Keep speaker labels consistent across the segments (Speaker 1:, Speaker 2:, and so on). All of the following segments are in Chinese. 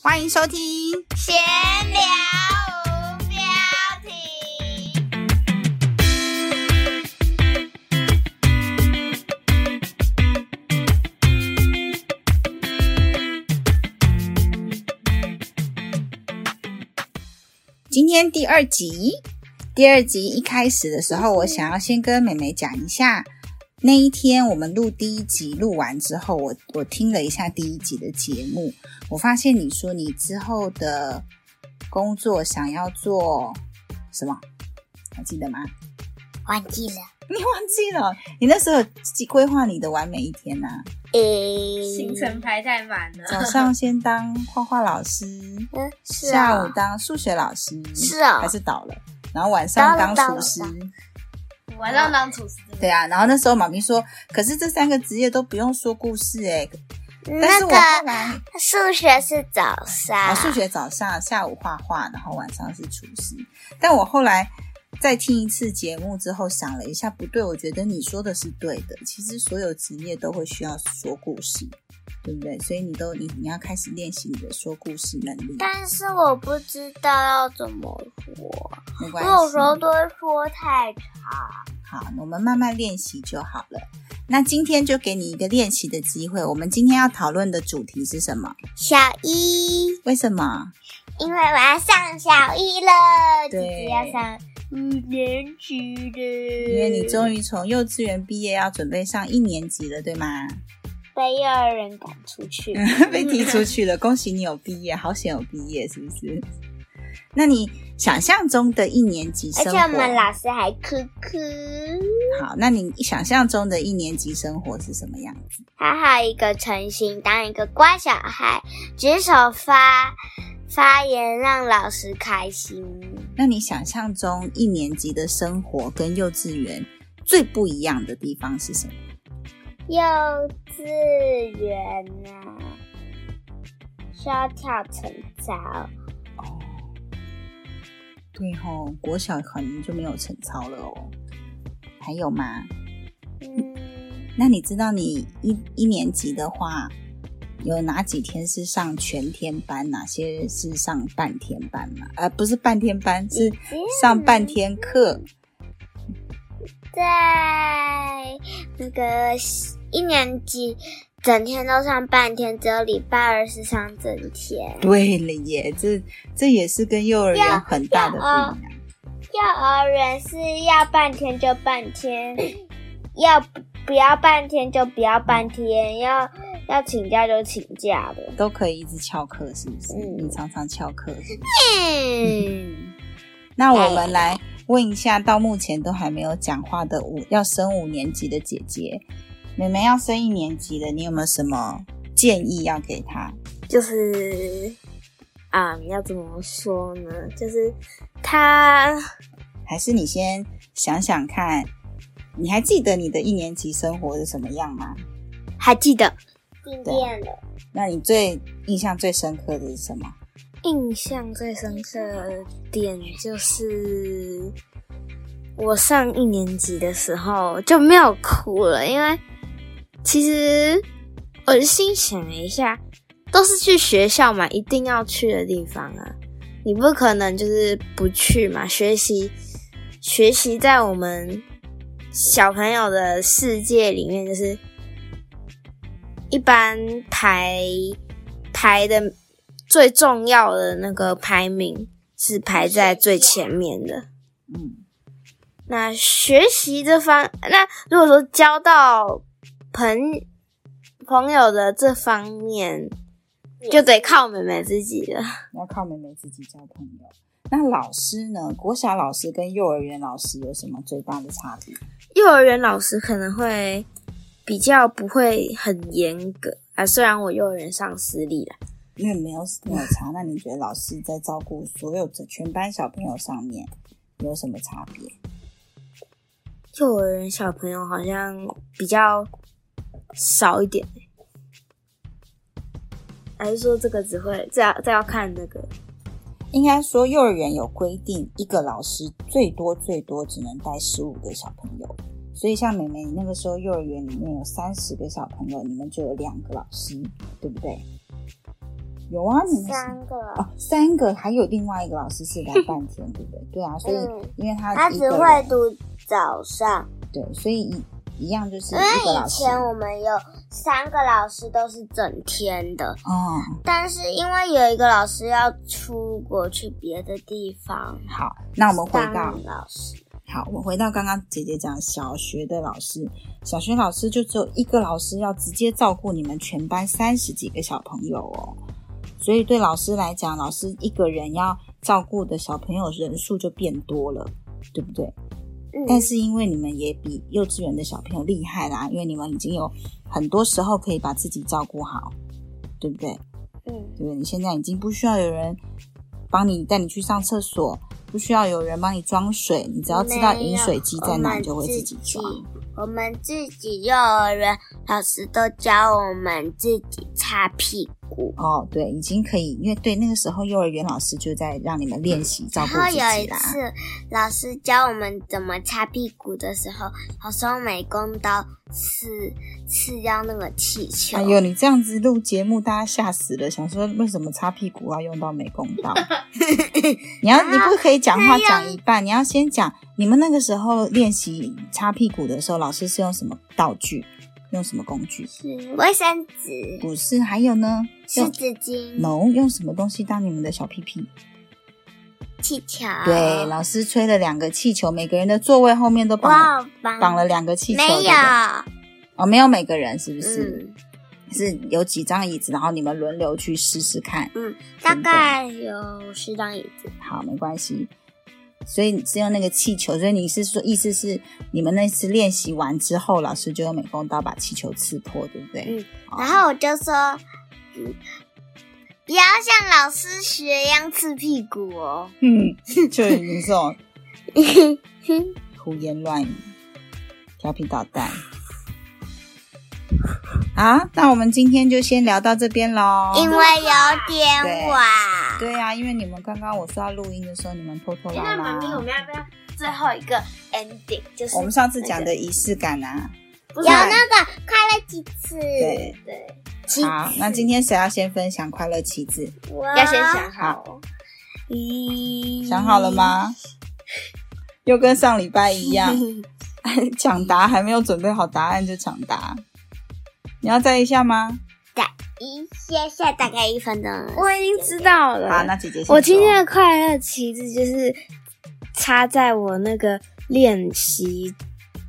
Speaker 1: 欢迎收听
Speaker 2: 闲聊无标题。
Speaker 1: 今天第二集。第二集一开始的时候，我想要先跟美美讲一下，那一天我们录第一集，录完之后，我我听了一下第一集的节目，我发现你说你之后的工作想要做什么，还记得吗？
Speaker 2: 忘记了，
Speaker 1: 你忘记了？你那时候有规划你的完美一天啊呐、
Speaker 2: 诶、
Speaker 3: 行程排太满 了。
Speaker 1: 早上先当画画老师，
Speaker 2: 嗯是啊、
Speaker 1: 下午当数学老师，
Speaker 2: 是哦
Speaker 1: 还是倒了？然后晚上当
Speaker 2: 当了
Speaker 1: 厨师，
Speaker 2: 当
Speaker 3: 晚上当厨师，
Speaker 1: 对啊。然后那时候妈咪说，可是这三个职业都不用说故事哎、但
Speaker 2: 嗯那
Speaker 1: 是我后
Speaker 2: 个
Speaker 1: 来、
Speaker 2: 数学是早上，
Speaker 1: 啊数学早上、下午画画，然后晚上是厨师。但我后来再听一次节目之后，想了一下，不对，我觉得你说的是对的。其实所有职业都会需要说故事，对不对？所以你都你你要开始练习你的说故事能力，
Speaker 2: 但是我不知道要怎么说，
Speaker 1: 没
Speaker 2: 我
Speaker 1: 关系。
Speaker 2: 有时候都会说太长。
Speaker 1: 好，我们慢慢练习就好了。那今天就给你一个练习的机会。我们今天要讨论的主题是什么？
Speaker 2: 小一，
Speaker 1: 为什么？
Speaker 2: 因为我要上小一了，姐
Speaker 1: 对
Speaker 2: 姐要上五年级了，
Speaker 1: 因为你终于从幼稚园毕业，要准备上一年级了，对吗？
Speaker 2: 被幼儿园赶出 去。
Speaker 1: 被踢出去了，恭喜你有毕业，好险有毕业，是不是？那你想象中的一年级
Speaker 2: 而
Speaker 1: 生
Speaker 2: 且我们
Speaker 1: 活，
Speaker 2: 老师还哭哭，
Speaker 1: 好，那你想象中的一年级生活是什么样子？
Speaker 2: 他还有一个诚心当一个乖小孩，举手发发言，让老师开心。
Speaker 1: 那你想象中一年级的生活跟幼稚园最不一样的地方是什么？
Speaker 2: 幼稚园啊，需要跳层操，
Speaker 1: 哦，对吼、国小可能就没有晨操了哦。还有吗？
Speaker 2: 嗯，
Speaker 1: 那你知道你一一年级的话，有哪几天是上全天班，哪些是上半天班吗？呃，不是半天班，是上半天课。
Speaker 2: 在那个一年级。整天都上半天，只有礼拜二是上整天。
Speaker 1: 对了耶，这这也是跟幼儿园很大的不一样。
Speaker 2: 幼儿园是要半天就半 天，要不不要半天就不要半天，要要请假就请假 的。
Speaker 1: 都可以一直翘课，是不是？
Speaker 2: 嗯
Speaker 1: 你常常翘课是不是
Speaker 2: 嗯，
Speaker 1: 那我们来问一下，到目前都还没有讲话的五要升五年级的姐姐，妹妹要升一年级了，你有没有什么建议要给她？
Speaker 2: 就是啊、要怎么说呢？就是他
Speaker 1: 还是你先想想看，你还记得你的一年级生活是什么样吗？
Speaker 2: 还记得静电了。
Speaker 1: 那你最印象最深刻的是什么？
Speaker 2: 印象最深刻的点就是我上一年级的时候就没有哭了，因为其实我心想了一下，都是去学校嘛，一定要去的地方啊，你不可能就是不去嘛。学习，学习在我们小朋友的世界里面，就是一般排排的最重要的那个排名是排在最前面的。
Speaker 1: 嗯，
Speaker 2: 那学习这方，那如果说交到朋朋友的这方面，就得靠妹妹自己了。
Speaker 1: 要靠妹妹自己交朋友。那老师呢？国小老师跟幼儿园老师有什么最大的差别？
Speaker 2: 幼儿园老师可能会比较不会很严格啊，虽然我幼儿园上私立啦，
Speaker 1: 因为没有没有差，那你觉得老师在照顾所有的全班小朋友上面有什么差别？
Speaker 2: 幼儿园小朋友好像比较少一点、欸，还是说这个只会这要这要看那个
Speaker 1: 应该说，幼儿园有规定，一个老师最多最多只能带十五个小朋友。所以，像美美，你那个时候幼儿园里面有三十个小朋友，你们就有两个老师，对不对？有啊，你们
Speaker 2: 三个，
Speaker 1: 哦，三个，还有另外一个老师是来半天，对不对？对啊，所以
Speaker 2: 嗯
Speaker 1: 因为他
Speaker 2: 他
Speaker 1: 一
Speaker 2: 只
Speaker 1: 个
Speaker 2: 会读早上，
Speaker 1: 对，所以一一样就是
Speaker 2: 因
Speaker 1: 一个
Speaker 2: 为
Speaker 1: 老
Speaker 2: 以
Speaker 1: 师哦
Speaker 2: 前我们有三个老师都是整天的，
Speaker 1: 哦。
Speaker 2: 但是因为有一个老师要出国去别的地方，
Speaker 1: 好，那我们回
Speaker 2: 当
Speaker 1: 到
Speaker 2: 老师，
Speaker 1: 好，我们回到刚刚姐姐讲小学的老师，小学老师就只有一个老师要直接照顾你们全班三十几个小朋友哦，所以对老师来讲，老师一个人要照顾的小朋友人数就变多了，对不对？
Speaker 2: 嗯，
Speaker 1: 但是因为你们也比幼稚园的小朋友厉害啦，因为你们已经有很多时候可以把自己照顾好，对不对？
Speaker 2: 嗯
Speaker 1: 对不对？你现在已经不需要有人帮你带你去上厕所，不需要有人帮你装水，你只要知道
Speaker 2: 没有
Speaker 1: 饮水机在哪，
Speaker 2: 我们
Speaker 1: 你就会自己
Speaker 2: 己
Speaker 1: 装。
Speaker 2: 我们自己幼儿园老师都教我们自己擦屁股，
Speaker 1: 哦，对，已经可以，因为对那个时候幼儿园老师就在让你们练习照
Speaker 2: 然
Speaker 1: 顾
Speaker 2: 后
Speaker 1: 自
Speaker 2: 有
Speaker 1: 己
Speaker 2: 一
Speaker 1: 啦。
Speaker 2: 次老师教我们怎么擦屁股的时候，好像用美工刀刺刺掉那个气球，
Speaker 1: 哎呦，你这样子录节目，大家吓死了，想说为什么擦屁股要用到美工 刀？你要你不可以讲话讲一半，你要先讲你们那个时候练习擦屁股的时候，老师是用什么道具，用什么工具？
Speaker 2: 是卫生纸，
Speaker 1: 不是，还有呢？
Speaker 2: 是
Speaker 1: 用
Speaker 2: 纸巾，
Speaker 1: no 用什么东西当你们的小屁屁？啊
Speaker 2: 气球，
Speaker 1: 对，老师吹了两个气球，每个人的座位后面都
Speaker 2: 我
Speaker 1: 绑
Speaker 2: 好棒，
Speaker 1: 绑了两个气球，对不
Speaker 2: 没
Speaker 1: 对
Speaker 2: 有，
Speaker 1: 哦，没有每个人是不是？
Speaker 2: 嗯
Speaker 1: 是有几张椅子，然后你们轮流去试试看。
Speaker 2: 嗯，大概有十张椅子，
Speaker 1: 好，没关系。所以你是用那个气球，所以你是说意思是你们那次练习完之后，老师就用美工刀把气球刺破，对不对？
Speaker 2: 嗯
Speaker 1: 好
Speaker 2: 然后我就说，嗯不要像老师学一样刺屁股哦。
Speaker 1: 嗯，就是你这种胡言乱语、调皮捣蛋。啊，那我们今天就先聊到这边喽。
Speaker 2: 因为有点晚。
Speaker 1: 哦对呀、因为你们刚刚我说要录音的时候，你们拖拖拉拉
Speaker 3: 那妈咪，我。们要不要最后一个 ending？就是
Speaker 1: 我们上次讲的仪式感啊，
Speaker 3: 不
Speaker 2: 有
Speaker 3: 是啊
Speaker 2: 那个快乐鸡翅，
Speaker 1: 对，
Speaker 3: 对，
Speaker 2: 鸡
Speaker 1: 好，那今天谁要先分享快乐旗子？
Speaker 3: 要先想好哦。
Speaker 2: 咦
Speaker 1: 想好了？吗？又跟上礼拜一样，抢答还没有准备好答案就抢答，你要再一下吗？
Speaker 2: 一下下大概一分钟了。
Speaker 4: 我已经知道了。
Speaker 1: 好，那姐姐先
Speaker 4: 我今
Speaker 1: 说
Speaker 4: 天的快乐旗帜就是插在我那个练习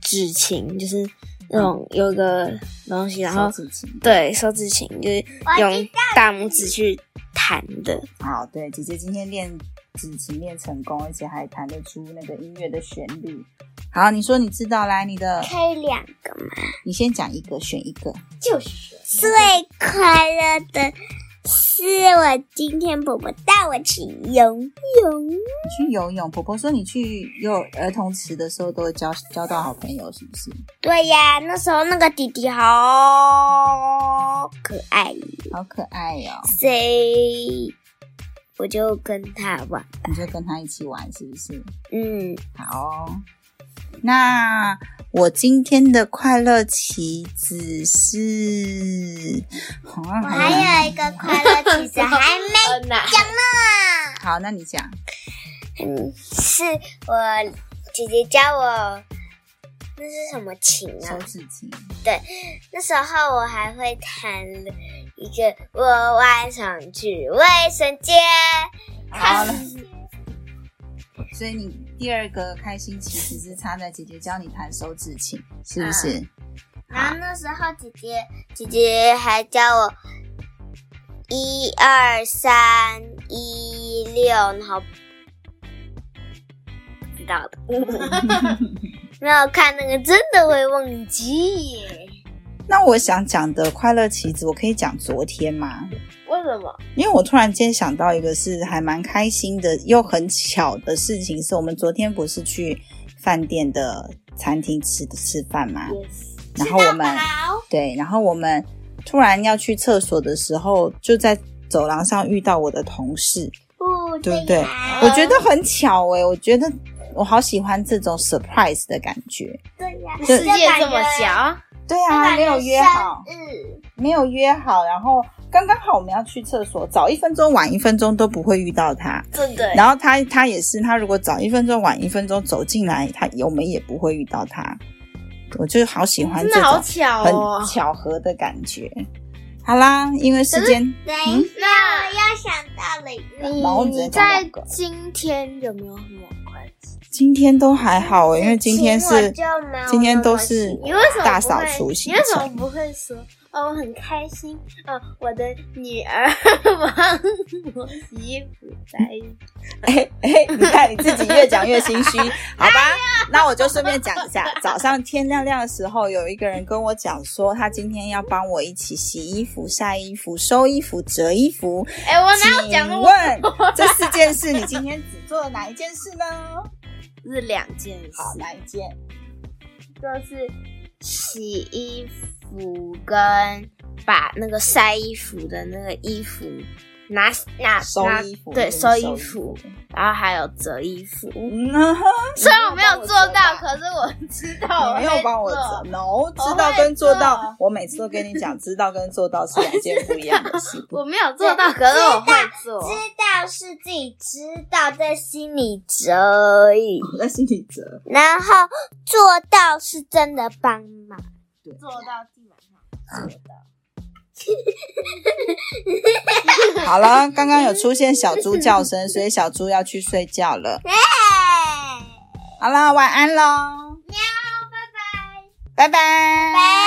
Speaker 4: 指琴，就是那种有一个东西，然后
Speaker 1: 手指琴
Speaker 4: 对手指琴就是用大拇指去弹的。
Speaker 1: 好，对，姐姐今天练指琴练成功，而且还弹得出那个音乐的旋律。好，你说你知道，来你的，
Speaker 2: 可以两个吗？
Speaker 1: 你先讲一个，选一个。
Speaker 3: 就是
Speaker 2: 最快乐的是我今天婆婆带我去游泳，
Speaker 1: 你去游泳，婆婆说你去游儿童池的时候都会交交到好朋友，是不是？
Speaker 2: 对呀，那时候那个弟弟好可爱，
Speaker 1: 好可爱哦哟、
Speaker 2: 所以我就跟他玩。
Speaker 1: 你就跟她一起玩，是不是？
Speaker 2: 嗯，
Speaker 1: 好哦、那我今天的快乐棋子是，好像
Speaker 2: 我
Speaker 1: 还蛮
Speaker 2: 还有一个快乐其实还没
Speaker 3: 很难，
Speaker 2: 呢。
Speaker 1: 好，那你讲。
Speaker 2: 嗯，是我姐姐教我，那是什么琴
Speaker 1: 手
Speaker 2: 啊？
Speaker 1: 指琴，
Speaker 2: 那时候我还会弹一个“我爱上去卫生间
Speaker 1: 好了。所以你第二个开心其实是插在姐姐教你弹手指琴，是不是？”，
Speaker 2: 然后那时候姐姐姐姐还教我一二三一六，然后不知道的， 没有看那个真的会忘记耶。
Speaker 1: 那我想讲的快乐棋子，我可以讲昨天吗？
Speaker 3: 为什么？
Speaker 1: 因为我突然间想到一个是还蛮开心的又很巧的事情，是我们昨天不是去饭店的餐厅吃吃饭吗？然后我们对，然后我们突然要去厕所的时候，就在走廊上遇到我的同事，
Speaker 2: 不
Speaker 1: 对不对
Speaker 2: 呀
Speaker 1: 我觉得很巧诶、我觉得我好喜欢这种 surprise 的感觉。
Speaker 2: 对呀，
Speaker 1: 就
Speaker 3: 世界这么小，
Speaker 1: 对啊，没有约好，
Speaker 3: 日
Speaker 1: 没有约好，然后刚刚好我们要去厕所，早一分钟晚一分钟都不会遇到他。
Speaker 2: 真的
Speaker 1: 然后他他也是，他如果早一分钟晚一分钟走进来，他我们也不会遇到他。我就好喜欢
Speaker 5: 真
Speaker 1: 这
Speaker 5: 的好
Speaker 1: 种
Speaker 5: 巧哦
Speaker 1: 很。巧合的感觉。好啦，因为时间
Speaker 3: 等
Speaker 1: 嗯
Speaker 3: 一下，我又想到了一个，
Speaker 1: 然后我只
Speaker 5: 你
Speaker 1: 能讲
Speaker 5: 在
Speaker 1: 两个
Speaker 5: 今天有没有什么快乐？
Speaker 1: 今天都还好，欸因为今天
Speaker 2: 啊
Speaker 3: 请我
Speaker 1: 是
Speaker 3: 就没有
Speaker 1: 今天都是
Speaker 3: 那么喜
Speaker 2: 你为什么不会
Speaker 1: 大扫除行
Speaker 2: 你为什么
Speaker 1: 程，
Speaker 2: 不会说？哦，我很开心。哦，我的女儿帮我洗衣服、晒衣服。
Speaker 1: 哎哎，你看你自己越讲越心虚，好
Speaker 2: 哎
Speaker 1: 吧？那我就顺便讲一下，早上天亮亮的时候，有一个人跟我讲说，他今天要帮我一起洗衣服、晒衣服、收衣服、折衣服。
Speaker 2: 哎、我哪有
Speaker 1: 请
Speaker 2: 讲那么多啊
Speaker 1: 问这四件事，你今天只做了哪一件事 呢？
Speaker 2: 是两件事，
Speaker 1: 好，哪一件？
Speaker 2: 就是洗衣服跟把那个晒衣服的那个衣服拿拿
Speaker 1: 收
Speaker 2: 拿
Speaker 1: 衣服，
Speaker 2: 对，
Speaker 1: 就是
Speaker 2: 收
Speaker 1: 衣
Speaker 2: 衣服，。然后还有折衣服。
Speaker 1: 嗯呵呵
Speaker 2: 虽然我没有做到，
Speaker 1: 你
Speaker 2: 可是我知哦道我
Speaker 1: 没有
Speaker 2: 会
Speaker 1: 帮我折
Speaker 2: 做。
Speaker 1: ，no，
Speaker 2: 我
Speaker 1: 知道跟做到
Speaker 2: 做，
Speaker 1: 我每次都跟你讲，知道跟做到是两件不一样的 事。
Speaker 2: 我没有做到，可是我会做。
Speaker 3: 知道是自己知道，在心里而已。
Speaker 1: 我在心里折，
Speaker 3: 然后做到是真的帮忙，
Speaker 2: 做到基本上。
Speaker 1: 好了，刚刚有出现小猪叫声，所以小猪要去睡觉了。
Speaker 3: 哎，
Speaker 1: 好了，晚安喽，
Speaker 3: 喵，拜
Speaker 1: 拜
Speaker 3: 拜，
Speaker 1: 拜，
Speaker 3: 拜。